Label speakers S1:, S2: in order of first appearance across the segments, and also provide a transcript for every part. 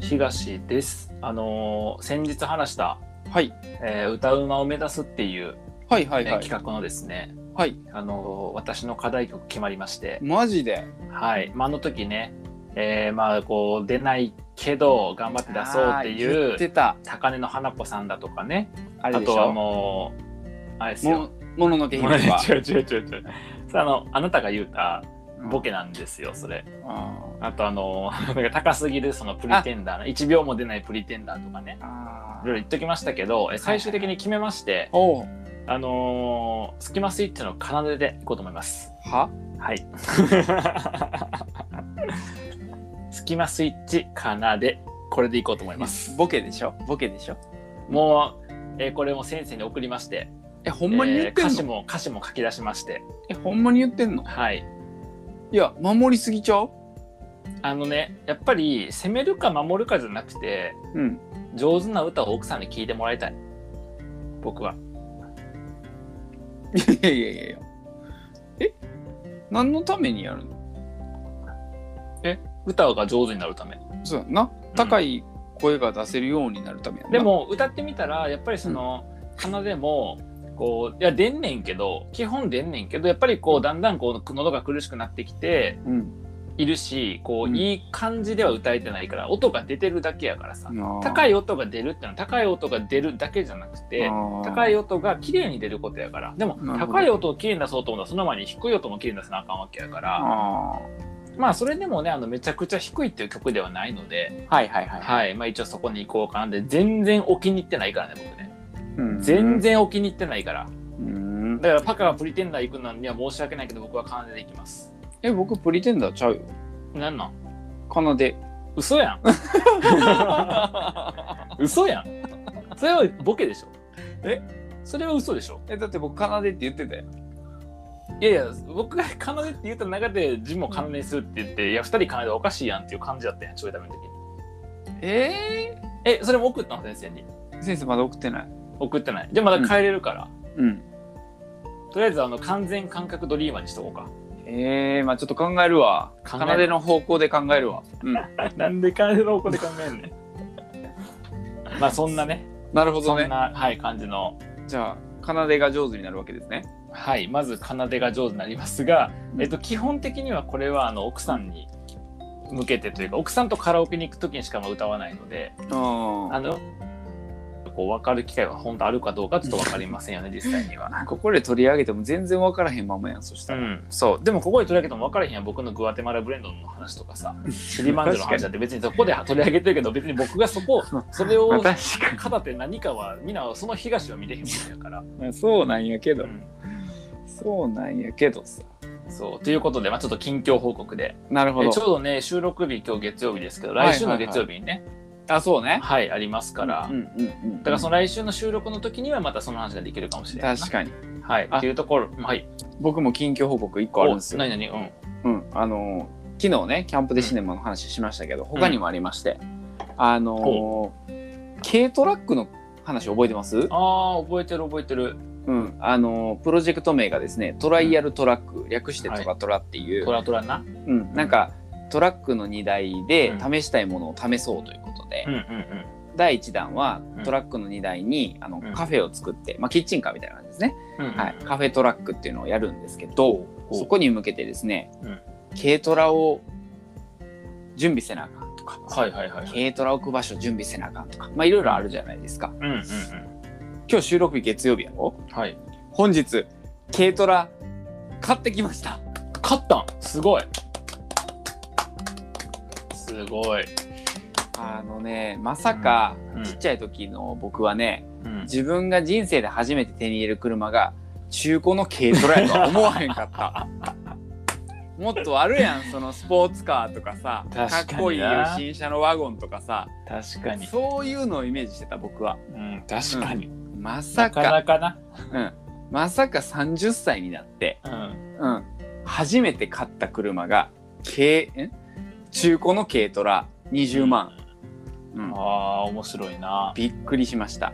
S1: 東です。あのー先日話した、
S2: はい
S1: えー歌うまを目指すっていう、
S2: はいはい
S1: えー
S2: はい。
S1: 企画のですね、
S2: はい。
S1: あのー私の課題曲決まりまして、
S2: マジで。
S1: はい、まあ、あの時ね、えーまあこう出ないけど頑張って出そうって
S2: あー言っ
S1: い
S2: て
S1: う
S2: た。
S1: 高根の花子さんだとかね、
S2: あれ
S1: あ
S2: でし
S1: と
S2: ょ。
S1: はもうあれですよ
S2: も。もののけ姫
S1: もうね
S2: とか。
S1: 違う違う違う違う。それあのあなたが言うたボケ
S2: な。
S1: なんですよ、それ。
S2: あ
S1: あとあのー なんか高すぎるそのプリテンダー、1秒も出ないプリテンダーとかね。
S2: ーあ
S1: いろいろ
S2: ー。
S1: 言っときましたけど、え最終的に決めまして、
S2: おう。
S1: あのー、スキマスイッチの奏ででいこうと思います。
S2: は。
S1: はい。スキマスイッチ奏で、これでいこうと思います。
S2: ボケでしょ。ボケでしょ。
S1: もう、えーこれも先生に送りまして、
S2: え、ほんまに言
S1: えー
S2: ってん
S1: 歌詞
S2: の。
S1: も歌詞も書き出しまして、
S2: え、ほんまに言ってんの。
S1: はい。
S2: いや、守りすぎちゃう。
S1: あのね、やっぱり攻めるか守るかじゃなくて、
S2: うん。
S1: 上手な歌を奥さんに聞いてもらいたい。僕は。
S2: いやいやいやいや。え。何のためにやるの。
S1: 歌が上手になるため。
S2: そうやな。高い声が出せるようになるためやな。
S1: でも歌ってみたらやっぱりその奏でもこういや出んねんけど基本出んねんけどやっぱりこうだんだんこう喉が苦しくなってきて
S2: うん。
S1: いるしこ
S2: う
S1: うんいい感じでは歌えてないから音が出てるだけやからさ
S2: 高
S1: 高
S2: い。
S1: い音が出るってのは高い音が出るだけじゃなくて高
S2: 高
S1: い。音が綺麗に出ることやからでも
S2: なるほど
S1: 高い音を綺麗に出そうと思ったらその前に低い音も綺麗に出さなあかんわけやから
S2: あ
S1: まあそれでもねあのめちゃくちゃ低いっていう曲ではないので、
S2: ーはいはいはい。
S1: はいまあ、一応そこに行こうかなで全然お気に入ってないからね僕ね。
S2: うん
S1: 全。然お気に入ってないから
S2: うん。
S1: だからパカがプリテンダー行くのには申し訳ないけど僕は奏でで行きます
S2: え、僕プリテンダーちゃうよ。
S1: なんなん
S2: 奏で。
S1: 嘘や ん嘘やんそれはボケでしょえそれは嘘でしょ
S2: え、だって僕奏でって言ってたよ。
S1: いやいや僕が奏でって言った中でジモ奏でにするって言っていや2人奏でおかしいやんっていう感じだったやんちょいダメの時に
S2: ええ
S1: えそれも送ったの先生に
S2: 先生まだ送ってない。
S1: 送ってないじゃあまだ帰れるから、
S2: うん。
S1: とりあえずあの完全感覚ドリーマーにしとこうか
S2: ええまあちょっと考えるわ。
S1: 考
S2: 奏
S1: える
S2: での方向で考えるわ。うん。
S1: なんで感じのこで考えんね ん。まあそんなね、
S2: なるほ
S1: そ
S2: ど
S1: ん
S2: ね。
S1: な、はい、感じの、
S2: じゃあ、奏でが上手になるわけですね。
S1: はい、まず奏でが上手になりますが、
S2: うん
S1: えっと、基本的にはこれはあの奥さんに向けてというか、奥さんとカラオケに行く時にしかまあ歌わないので、あ
S2: あ
S1: の、こう分かる機会は本当あるかどうかちょっと分かりませんよね、実際には。
S2: あ。ここで取り上げても全然分からへんままやん、そし
S1: う
S2: たら。
S1: ん、そうでもここで取り上げても分からへんやん僕のグアテマラブレンドの話とかさシリマンジョの話だって別にそこで取り上げてるけど別に僕がそこそれ を
S2: まあ確か
S1: 片手何かはみんなその東は見れへんもんやから、
S2: に。そうなんやけど。
S1: うん
S2: そうなんやけどさ。
S1: そうということで、まあ、ちょっと近況報告で
S2: なるほ
S1: えちょう
S2: ど。
S1: どね収録日今日月曜日ですけど
S2: はい
S1: 来週の月曜日にね
S2: あ、そう
S1: はい
S2: ね。
S1: ありますから、
S2: うんうんうんうん。
S1: だからその来週の収録の時にはまたその話ができるかもしれないな
S2: 確かに。
S1: はい
S2: あ
S1: っていうところはい
S2: 僕も近況報告1個あるんですよ。
S1: 何々うん
S2: うん、あのー昨日ねキャンプでシネマの話しましたけど、他にもありまして、あのー軽トラックの話覚えてます、
S1: ああ覚えてる覚えてる
S2: うんあのープロジェクト名がですねトライアルトラック、略してトラトラっていう、
S1: トラトラな
S2: うん、なんかトラックの荷台で
S1: うん
S2: 試したいものを試そうということで、
S1: うんうんうん
S2: 第1弾は
S1: うん
S2: トラックの荷台にあの
S1: うん
S2: カフェを作って、まあ、キッチンカーみたいな感じですね、
S1: うんうん
S2: はい、カフェトラックっていうのをやるんですけど
S1: お
S2: そこに向けてですね、
S1: うん
S2: 軽トラを準備せなあかんとか、
S1: はいはいはいはい
S2: 軽トラ置く場所準備せなあかんとかまあいろいろあるじゃないですか
S1: うんうんうん
S2: 今日収録日月曜日やろ
S1: はい
S2: 本日軽トラ買ってきました
S1: 勝ったんすごいすごい
S2: あのねまさか、
S1: うん
S2: ちっちゃい時の僕はね
S1: うん
S2: 自分が人生で初めて手に入れる車が中古の軽トラや とは思わへんかったもっとあるやんそのスポーツカーとかさ
S1: 確かにな
S2: っこいいよ新車のワゴンとかさ
S1: 確かに
S2: そういうのをイメージしてた僕は
S1: うん確かに
S2: まさ
S1: な
S2: か
S1: かなかな
S2: うん、まさか30歳になって、
S1: うん
S2: うん、初めて買った車が軽ん中古の軽トラ20万、うん
S1: あー面白いな
S2: びっくりしました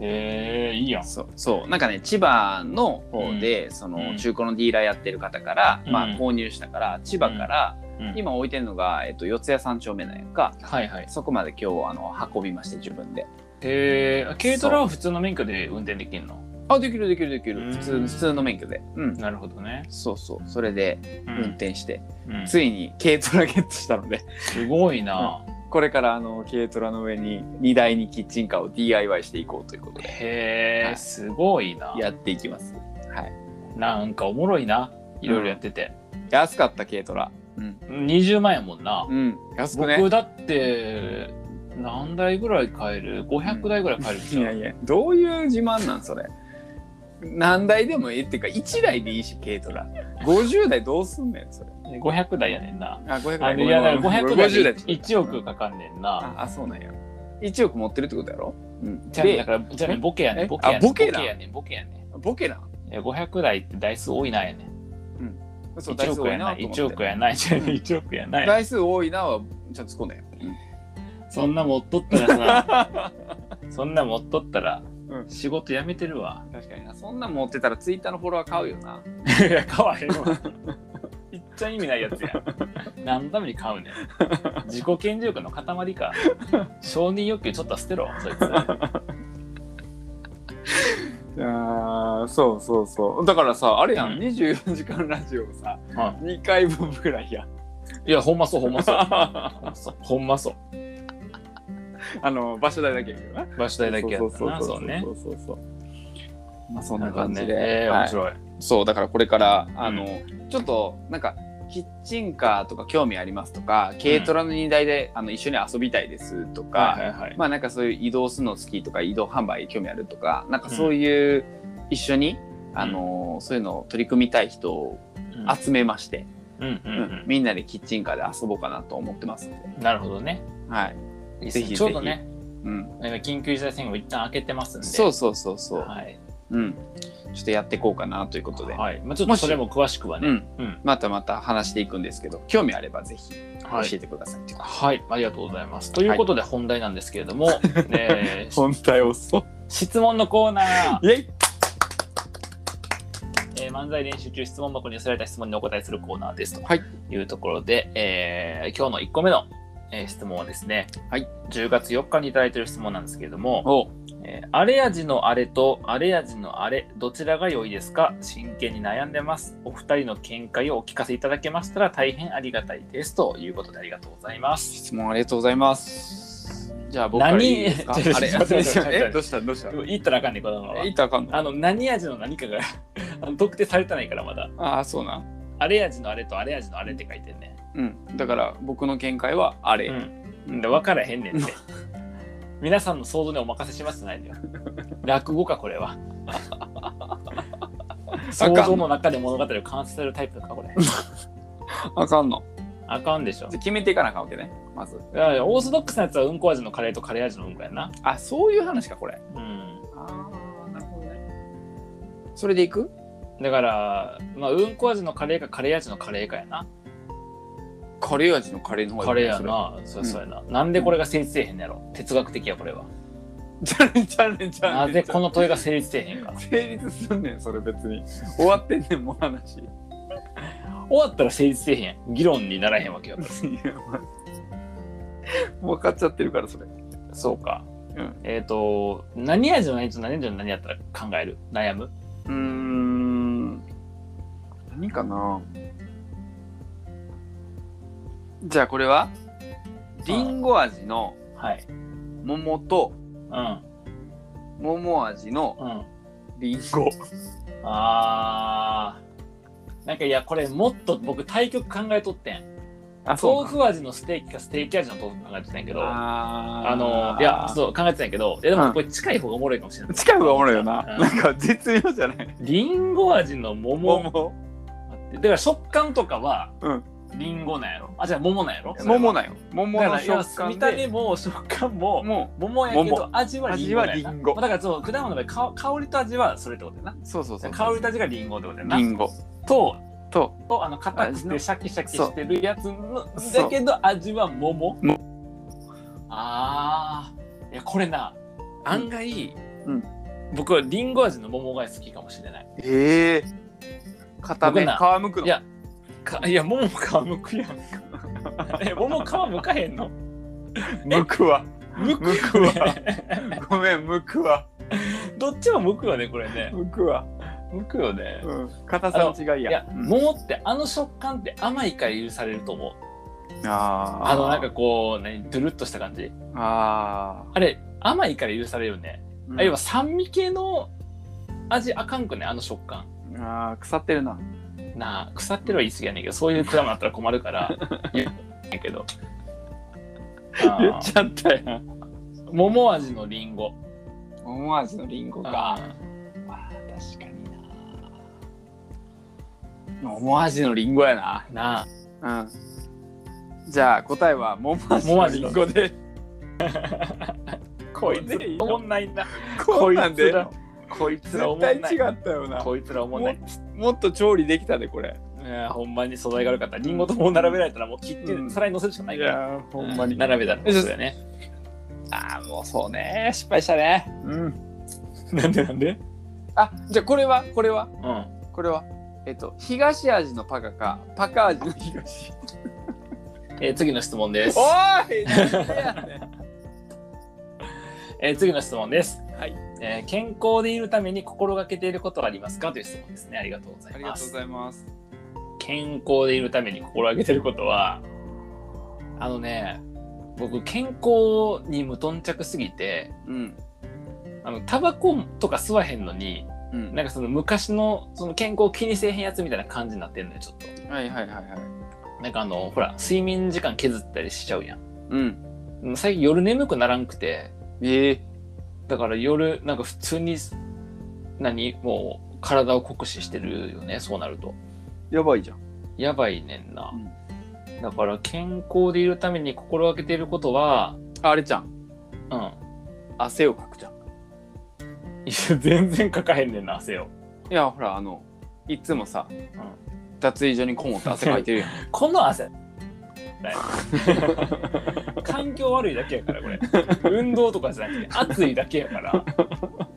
S1: へえいいやん
S2: そうそうなんかね千葉の方で、そうの
S1: ん
S2: 中古のディーラーやってる方から、
S1: うん
S2: まあ、購入したから千葉から、
S1: うん
S2: 今置いてるのが、えっと、四谷三丁目なんやんか
S1: はいはい
S2: そこまで今日あの運びまして自分で
S1: へえ軽トラは普通の免許で運転できるの
S2: あできるできるでき
S1: うん
S2: る普通普通の免許でうん
S1: なるほどね、
S2: そうそうそれで
S1: う
S2: 運転して、
S1: うん
S2: ついに軽トラゲットしたのです
S1: ごいな、
S2: これからあの軽トラの上に荷台にキッチンカーを DIY していこうということで
S1: へえすごいな
S2: やっていきます
S1: なんかおもろいないろいろやってて、
S2: 安かった軽トラうん、
S1: 20万円やもんな、
S2: うん、安くね
S1: 僕だって何台ぐらい買える500台ぐらい買えるで
S2: い
S1: しょ
S2: やいやどういう自慢なんそれ何台でもええっていうか1台でいいし軽トラ50台どうすんねんそれ
S1: 500台やねんな
S2: あ500
S1: あ
S2: 台
S1: のいやだから500台で
S2: 台
S1: 1億かかんねんな、
S2: ああそうなんや1億持ってるってことやろ、うん、
S1: じゃあねだ
S2: で
S1: からじゃあねボケやね
S2: え
S1: ボケやね
S2: あボケだ
S1: ボケやねボケやね
S2: ボケない
S1: や500台って台数多いなやねん
S2: そう台
S1: 1
S2: 数
S1: 億
S2: 多
S1: や
S2: いな
S1: ない
S2: と思って
S1: 1億やないじゃあね1億やない
S2: 台数多いなはちゃんと突っ込んだよ、
S1: そんな持っとったら さそんな持っとったら
S2: うん
S1: 仕事辞めてるわ
S2: 確かになそんなん持ってたらツイッターのフォロワー買うよない
S1: や買わへん わいっちゃ意味ないやつや何のために買うねん自己顕示欲の塊か承認欲求ちょっとは捨てろそいつ
S2: あーそうそうそうだからさあれやん、
S1: うん
S2: 24時間ラジオさ、
S1: は
S2: 2回分ぐらいやん
S1: いやほんまそうほんまそうほんまそうほんまそう
S2: あの場所代だけやけどな
S1: 場所代だけやったなそうね
S2: そうそうそうまあそ
S1: そ
S2: んな感じで、
S1: えー
S2: はい
S1: 面白い、
S2: そうだからこれからあの、ちょっとなんかキッチンカーとか興味ありますとか軽トラの荷台で、あの一緒に遊びたいですとか、
S1: はいはいはい、
S2: まあなんかそういう移動するの好きとか移動販売興味あるとかなんかそういう一緒に、あのそういうのを取り組みたい人を集めまして、
S1: うんうん
S2: う
S1: うんんうん
S2: みんなでキッチンカーで遊ぼうかなと思ってますんで、
S1: なるほどね
S2: はいぜひ
S1: ちょうどね
S2: うん、
S1: なんか緊急事態宣言を一旦開けてますんで
S2: そうそうそうそう、
S1: はい
S2: うん、ちょっとやっていこうかなということで、
S1: はいまあ、ちょっとそれも詳しくは
S2: う
S1: ね、
S2: ん、
S1: うん
S2: またまた話していくんですけど興味あればぜひ教
S1: はい
S2: えてくださいっていうこと、
S1: はい、ありがとうございます。ということで本題なんですけれども、えー
S2: 本体を そう
S1: 質問のコーナー、
S2: イェイ
S1: えー漫才練習中質問箱に寄せられた質問にお答えするコーナーですと
S2: はい
S1: いうところで、えー今日の1個目の、えー質問はですね、
S2: はい
S1: 10月4日にいただいている質問なんですけれども、
S2: お
S1: えーあれ味のあれとあれ味のあれどちらが良いですか真剣に悩んでますお二人の見解をお聞かせいただけましたら大変ありがたいですということでありがとうございます
S2: 質問ありがとうございますじゃあ僕からいいですか
S1: 何
S2: あれ
S1: ちょっと待って
S2: えどうしたどうした
S1: 言ったらあかんねこのまま
S2: えいたらあかんの
S1: あの何味の何かがあの特定されてないからまだ
S2: ああそうなん
S1: あれ味のあれとあれ味のあれって書いてんね
S2: うんだから僕の見解はあれ、
S1: うんで分からへんねんって皆さんの想像にお任せしますじゃないのよ落語かこれは想像の中で物語を完成するタイプかこれ
S2: あかんの
S1: あかんでしょ
S2: じゃあ決めていかなあかんわけねまず
S1: いやいやオーソドックスなやつはうんこ味のカレーとカレー味のうんこやな
S2: あそういう話かこれ
S1: うん
S2: ああなるほどねそれでいく
S1: だから、まあ、うんこ味のカレーかカレー味のカレーかやな
S2: カレー味のカレーの方
S1: カレー
S2: いい
S1: や
S2: な
S1: なそうそうやな、なんでこれが成立せえへんのやろ哲学的やこれは
S2: それ ちゃうねんちゃう
S1: な
S2: ねん
S1: ぜこの問いが成立せえへん か
S2: 成立すんねんそれ別に終わってんねんもう話 い
S1: 終わったら成立せえへん議論にならへんわけよ
S2: やまあもう分かっちゃってるからそれ
S1: そうか、
S2: うん
S1: えっ、と何味の何と何味の何やったら考える悩む
S2: うーん何かなじゃあこれはりんご味の
S1: はい
S2: 桃と
S1: うん
S2: 桃味の
S1: うん
S2: りんご
S1: あーなんかいやこれもっと僕対局考えとってん
S2: あ
S1: 豆腐味のステーキかステーキ味の豆腐考えてたんやけどあ
S2: あー
S1: のいやそう考えてたんやけどいやで
S2: う
S1: も
S2: ん
S1: これ近い方がおもろいかもしれない
S2: 近い方がおもろいよな、
S1: うん
S2: なんか絶妙じゃない
S1: りんご味の桃待
S2: 桃
S1: ってだから食感とかは
S2: うん
S1: りんごなんやろあじゃあ桃なんやろ
S2: 桃
S1: なん
S2: なんよ桃の食
S1: 見
S2: 感
S1: た
S2: で
S1: 目も食感も
S2: も
S1: 桃やけど味はリンゴやな
S2: 味はリンゴ
S1: まあだからそう果物の場合か香りと味はそれってことやな
S2: うそうそうそう
S1: 香りと味がリンゴってことやな
S2: りんご
S1: と
S2: と
S1: とあの硬く
S2: 味の
S1: てシャキシャキしてるやつの
S2: そう
S1: だけど味は桃
S2: も
S1: あーいやこれな案外、
S2: うん
S1: 僕はリンゴ味の桃が好きかもしれない
S2: ええー、片目皮
S1: 僕な
S2: むく の
S1: いやかいや桃皮むくやんかえ、桃皮むかへんの
S2: むくわ
S1: む
S2: むくわごめんむくわ
S1: どっちもむくよね、これね。
S2: むくわ
S1: むくよね。
S2: うん硬さの違い
S1: い
S2: や
S1: や、
S2: うん
S1: 桃ってあの食感って甘いから許されると思う。
S2: あー
S1: あのなんかこう、何、ドゥルっとした感じ。
S2: あ
S1: あれ、甘いから許されるよね。
S2: ーうん
S1: あ、要は酸味系の味あかんくね、あの食感。
S2: あー腐ってるな
S1: なあ、腐ってるは言い過ぎやねんけど、そういう果物あったら困る から、言えないけど。あ
S2: 言っ
S1: ー
S2: ちゃったやん
S1: 桃味のリンゴ。
S2: 桃味のリンゴか
S1: あ
S2: あー確かにな桃味のリンゴやな
S1: ーなあ。
S2: うんじゃあ答えは桃味のリン ゴでこいつ
S1: おもんないな。
S2: こい
S1: こい
S2: つ
S1: つら
S2: ら
S1: こいつらおも
S2: 絶対
S1: んない。
S2: 違ったよな
S1: こいつらおもんない。
S2: ももっと調理できたでこれ
S1: いやほんまに素材が悪かった。リンゴとも並べられたらもう切って、
S2: うん
S1: 皿に乗せるしかない
S2: い
S1: から。
S2: やーほんまに
S1: う並べたら。
S2: よし
S1: そうだよ ね。
S2: ああもうそうね失敗したねうん
S1: なんでなんで
S2: あじゃあこれはこれは
S1: うん。
S2: これはえっと東味のパカかパカ味の東
S1: えー次の質問です。
S2: おいなんでやねん
S1: えー次の質問です。
S2: はい。
S1: えー健康でいるために心がけていることはありますかという質問ですね。ありがとうござ
S2: あ
S1: い
S2: り
S1: ま
S2: がとう
S1: す
S2: ご。ざいます
S1: 健康でいるために心がけてることはあのね僕健康に無頓着すぎて
S2: うん
S1: あのタバコとか吸わへんのに
S2: うん
S1: なんかその昔のその健康を気にせえへんやつみたいな感じになってんのよちょっと
S2: はいはいはいはい
S1: なんかあのほら睡眠時間削ったりしちゃうやん
S2: うん
S1: もう最近夜眠くならんくて
S2: ええ
S1: だから夜なんか普通に何もう体を酷使してるよねそうなると
S2: やばいじゃん
S1: やばいねんな
S2: うん、
S1: だから健康でいるために心がけていることは
S2: ああれちゃん
S1: うん
S2: 汗をかくじゃん
S1: いや全然かかへんねんな汗を
S2: いやほらあのいつもさ、
S1: ん
S2: 脱衣所にこもって汗かいてるやん
S1: この汗 環境悪いだけやからこれ運動とかじゃなくて暑いだけやから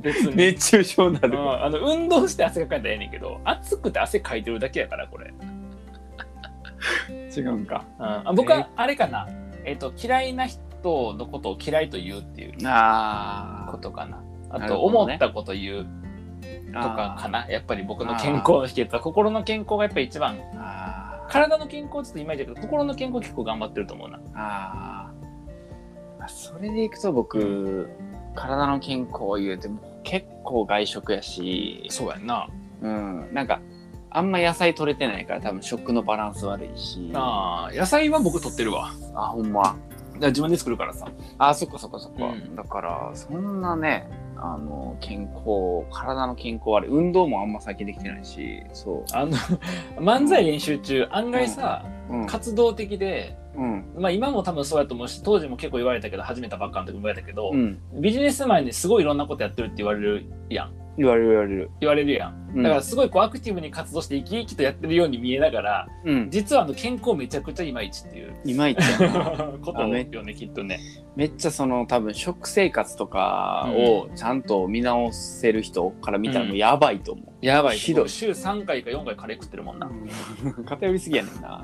S1: 別 に、
S2: 熱中症にな
S1: う、ん、あの運動して汗かいたらええねんけど暑くて汗かいてるだけやからこれ、うん、
S2: 違うんか
S1: あ僕はあれかな、えっと嫌いな人のことを嫌いと言うっていう
S2: あ
S1: ことかなあ
S2: なる
S1: と
S2: ほど
S1: 思
S2: ね
S1: ったこと言うと
S2: と
S1: かかなやっぱり僕の健康の秘訣は心の健康がやっぱり一番
S2: あー
S1: 体の健康はちょっといまいちだけど心の健康結構頑張ってると思うな
S2: あーあそれでいくと僕体の健康を言うても結構外食やし、
S1: そうやんな
S2: うん、なんかあんま野菜取れてないから多分食のバランス悪いし
S1: ああ野菜は僕取ってるわ
S2: あほんま
S1: だから自分で作るからさ
S2: あそっかそっかそっか、
S1: うん
S2: だからそんなねあの健康体の健康悪い運動もあんま最近できてないしそ
S1: あ の漫才練習中案外さ、
S2: ううん、
S1: 活動的で
S2: うん
S1: まあ今も多分そうやと思うし当時も結構言われたけど始めたばっかの時も言われたけど、
S2: うん、
S1: ビジネス前にすごいいろんなことやってるって言われるやん
S2: 言われる言われる、
S1: 言われるやん
S2: うん、
S1: だからすごいこうアクティブに活動して生き生きとやってるように見えながら
S2: うん、
S1: 実はあの健康めちゃくちゃいまいちって いう
S2: いまいちやな
S1: ことよねきっとね
S2: めっちゃその多分食生活とかをちゃんと見直せる人から見たらもうやばいと思
S1: やばい
S2: ひどい
S1: 僕週3回か4回カレー食ってるもん
S2: う、
S1: な
S2: 偏りすぎやね んな、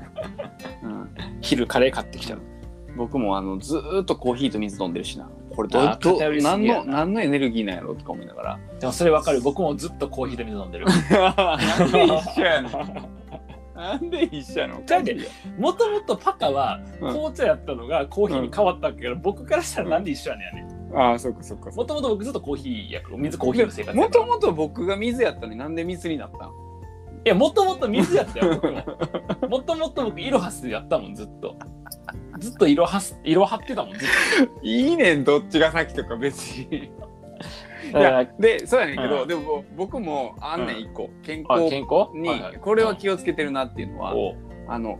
S1: 昼カレー買ってきちゃう
S2: うん、僕もあのずーっとコーヒーと水飲んでるしなこれど
S1: あー
S2: ど
S1: 偏りす
S2: 何
S1: ぎやな
S2: の何のエネルギーなんやろとか思いなが
S1: でもそれわかる僕もずっとコーヒーで水飲んでる
S2: らなんで一緒やねん なんで一緒やの
S1: だってもともとパカは紅茶やったのがコーヒーに変わったわけやから、僕からしたらなんで一緒やねんやね
S2: ああそっかそっか
S1: もともと僕ずっとコーヒーやから水コーヒーの生活や
S2: も
S1: から
S2: ともと僕が水やったのになんで水になったん
S1: いやもともと水やったよ僕ももともと僕イロハスやったもんずっとずっとイロハスイロハってたもんずっ
S2: いいねんどっちが先とか別に
S1: と
S2: い
S1: だから
S2: やでそうやねんけど、
S1: うん
S2: でも僕もあんねん一個、健
S1: あ
S2: 康
S1: 健康
S2: に
S1: はいはい
S2: これは気をつけてるなっていうのは、
S1: おう
S2: あの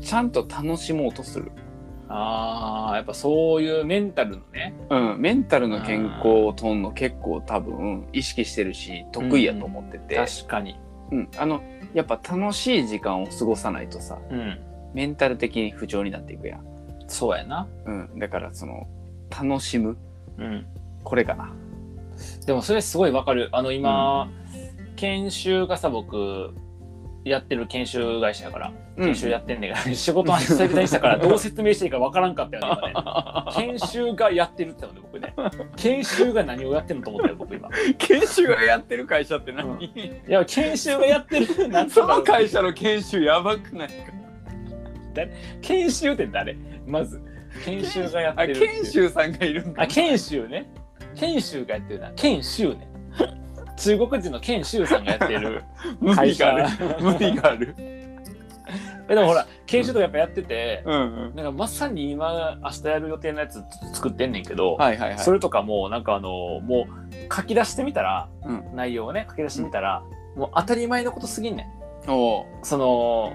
S2: ちゃんと楽しもうとする、
S1: あーやっぱそういうメンタルのね
S2: うん、メンタルの健康をとんの結構多分意識してるし得意やと思ってて、
S1: 確かに
S2: うんあのやっぱ楽しい時間を過ごさないとさ
S1: うん
S2: メンタル的に不調になっていくやん、
S1: そうやな
S2: うん、だからその楽しむ
S1: うん
S2: これかな
S1: でもそれすごいわかるあの今、研修がさ僕やってる研修会社やから、
S2: うん
S1: 研修やってんねんから、 仕事は久々にしたからどう説明していいかわからんかったよね今 ね研修がやってるって言ったのね僕ね研修が何をやってんのと思ったよ僕今
S2: 研修がやってる会社って
S1: うん
S2: 何、
S1: いや研修がやってるなんつう
S2: そ
S1: んだろ
S2: の
S1: う
S2: 会社の研修やばくないか
S1: 研修って誰まず研修がやって
S2: あ
S1: るっていう
S2: 研修さんがいるんだ
S1: あ研修ね研修がやってるな研修ね中国人の研修さんがやってる
S2: 無
S1: 会
S2: 理
S1: 社
S2: がある 無理がある
S1: えでもほら研修とかやっぱやってて、
S2: うんうん
S1: なんかまさに今明日やる予定のやつ作ってんねんけど、
S2: はいはいはい
S1: それとかもうなんかあのもう書き出してみたら、
S2: うん
S1: 内容をね書き出してみたら、もう当たり前のことすぎんねん
S2: おう
S1: その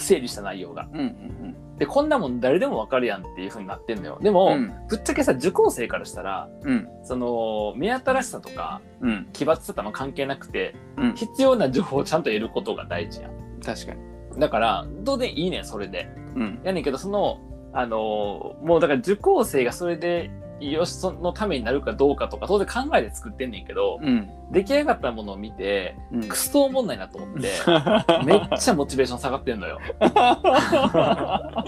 S1: 整理した内容が
S2: うんうん
S1: でこんなもん誰でもわかるやんっていう風になってんのよで
S2: う
S1: も、
S2: ん
S1: ぶっちゃけさ受講生からしたら
S2: うん
S1: その目新しさとか
S2: うん
S1: 奇抜さとか関係なくて
S2: うん
S1: 必要な情報をちゃんと得ることが大事やん
S2: 確かに
S1: だからどうでいいねんそれで
S2: うん
S1: やねんけどそのあのーもうだから受講生がそれでよしそのためになるかどうかとか当然考えて作ってんねんけど、
S2: うん
S1: 出来上がったものを見て
S2: うん
S1: クソおもんないなと思って めっちゃモチベーション下がってんのよだ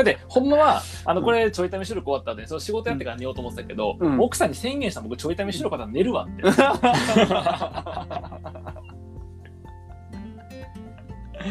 S1: ってほんまはあのこれちょい試し録終わった後にその仕事やってから寝ようと思ってたけど、
S2: うん
S1: 奥さんに宣言した僕ちょい試し録終わったら寝るわって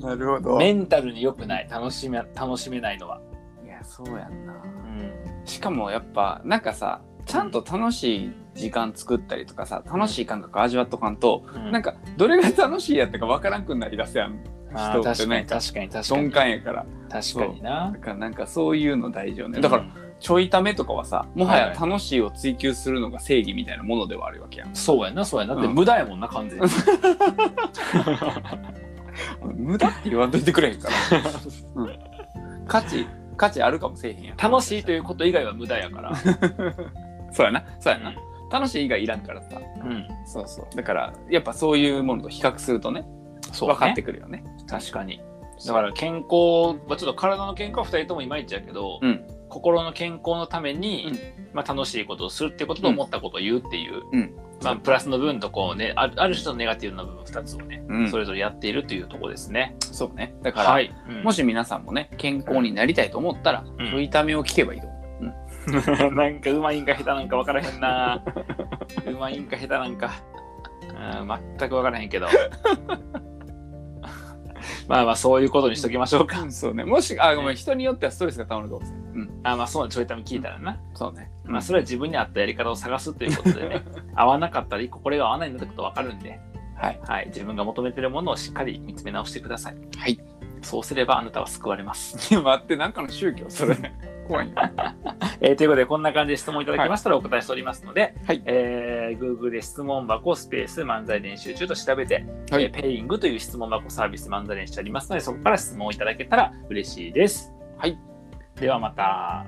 S2: なるほど
S1: メンタルに良くない楽しめ楽しめないのは、
S2: いやそうやんな
S1: うん
S2: しかもやっぱなんかさちゃんと楽しい時間作ったりとかさ楽しい感覚味わっとかんと、
S1: うん
S2: なんかどれが楽しいやったかわからんくなりだすやん
S1: あー
S2: 人って
S1: 確か
S2: なん
S1: に
S2: か
S1: 確かに確か
S2: 鈍
S1: に
S2: 感やから
S1: 確かにな
S2: だからなんかそういうの大事よね
S1: だか、
S2: だかららちょいためとかはさもはや
S1: はい
S2: 楽しいを追求するのが正義みたいなものではあるわけやん、
S1: そうやなそうやなだって
S2: うん
S1: 無駄やもんな完全に
S2: 無駄って言わんといてくれへんから、 うん、価値価値あるかもせえへんやん
S1: 楽しいということ以外は無駄や から、
S2: そうやなそうやな、楽しい以外いらんからさ
S1: うん、
S2: そうそうだからやっぱそういうものと比較するとね
S1: そうね
S2: 分かってくるよね
S1: 確かにだから健康はちょっと体の健康は2人ともいまいちやけど、
S2: うん
S1: 心の健康のために、まあ、楽しいことをするってことと思ったことを言うっていう、
S2: うん
S1: まあ、プラスの部分とこうねあるある種のネガティブな部分2つをね、
S2: うん
S1: それぞれやっているというところですね。
S2: そうねだから、
S1: はい、うん
S2: もし皆さんもね健康になりたいと思ったら、
S1: うん
S2: ちょいためを聞けばいいと思
S1: なんかうまいんか下手なんか分からへんなうまいんか下手なんかうん全く分からへんけど まあまあそういうことにしときましょうか
S2: う、 そうねもしあごめん人によってはストレスがたまるかもしれない、うん、
S1: あまあそうちょいため聞いたらな、
S2: そうね、
S1: まあそれは自分に合ったやり方を探すということでね合わなかったら一個これが合わないんだってこと分かるんで、
S2: はい
S1: はい、自分が求めてるものをしっかり見つめ直してください
S2: はい
S1: そうすればあなたは救われます、
S2: 待ってなんかの宗教 それ怖いよ
S1: えーということでこんな感じで質問いただきましたらお答えしておりますので、
S2: はい
S1: えー Google で質問箱スペース漫才練習中と調べて、
S2: はい
S1: えーペイングという質問箱サービス漫才練習ありますのでそこから質問をいただけたら嬉しいです
S2: はい
S1: ではまた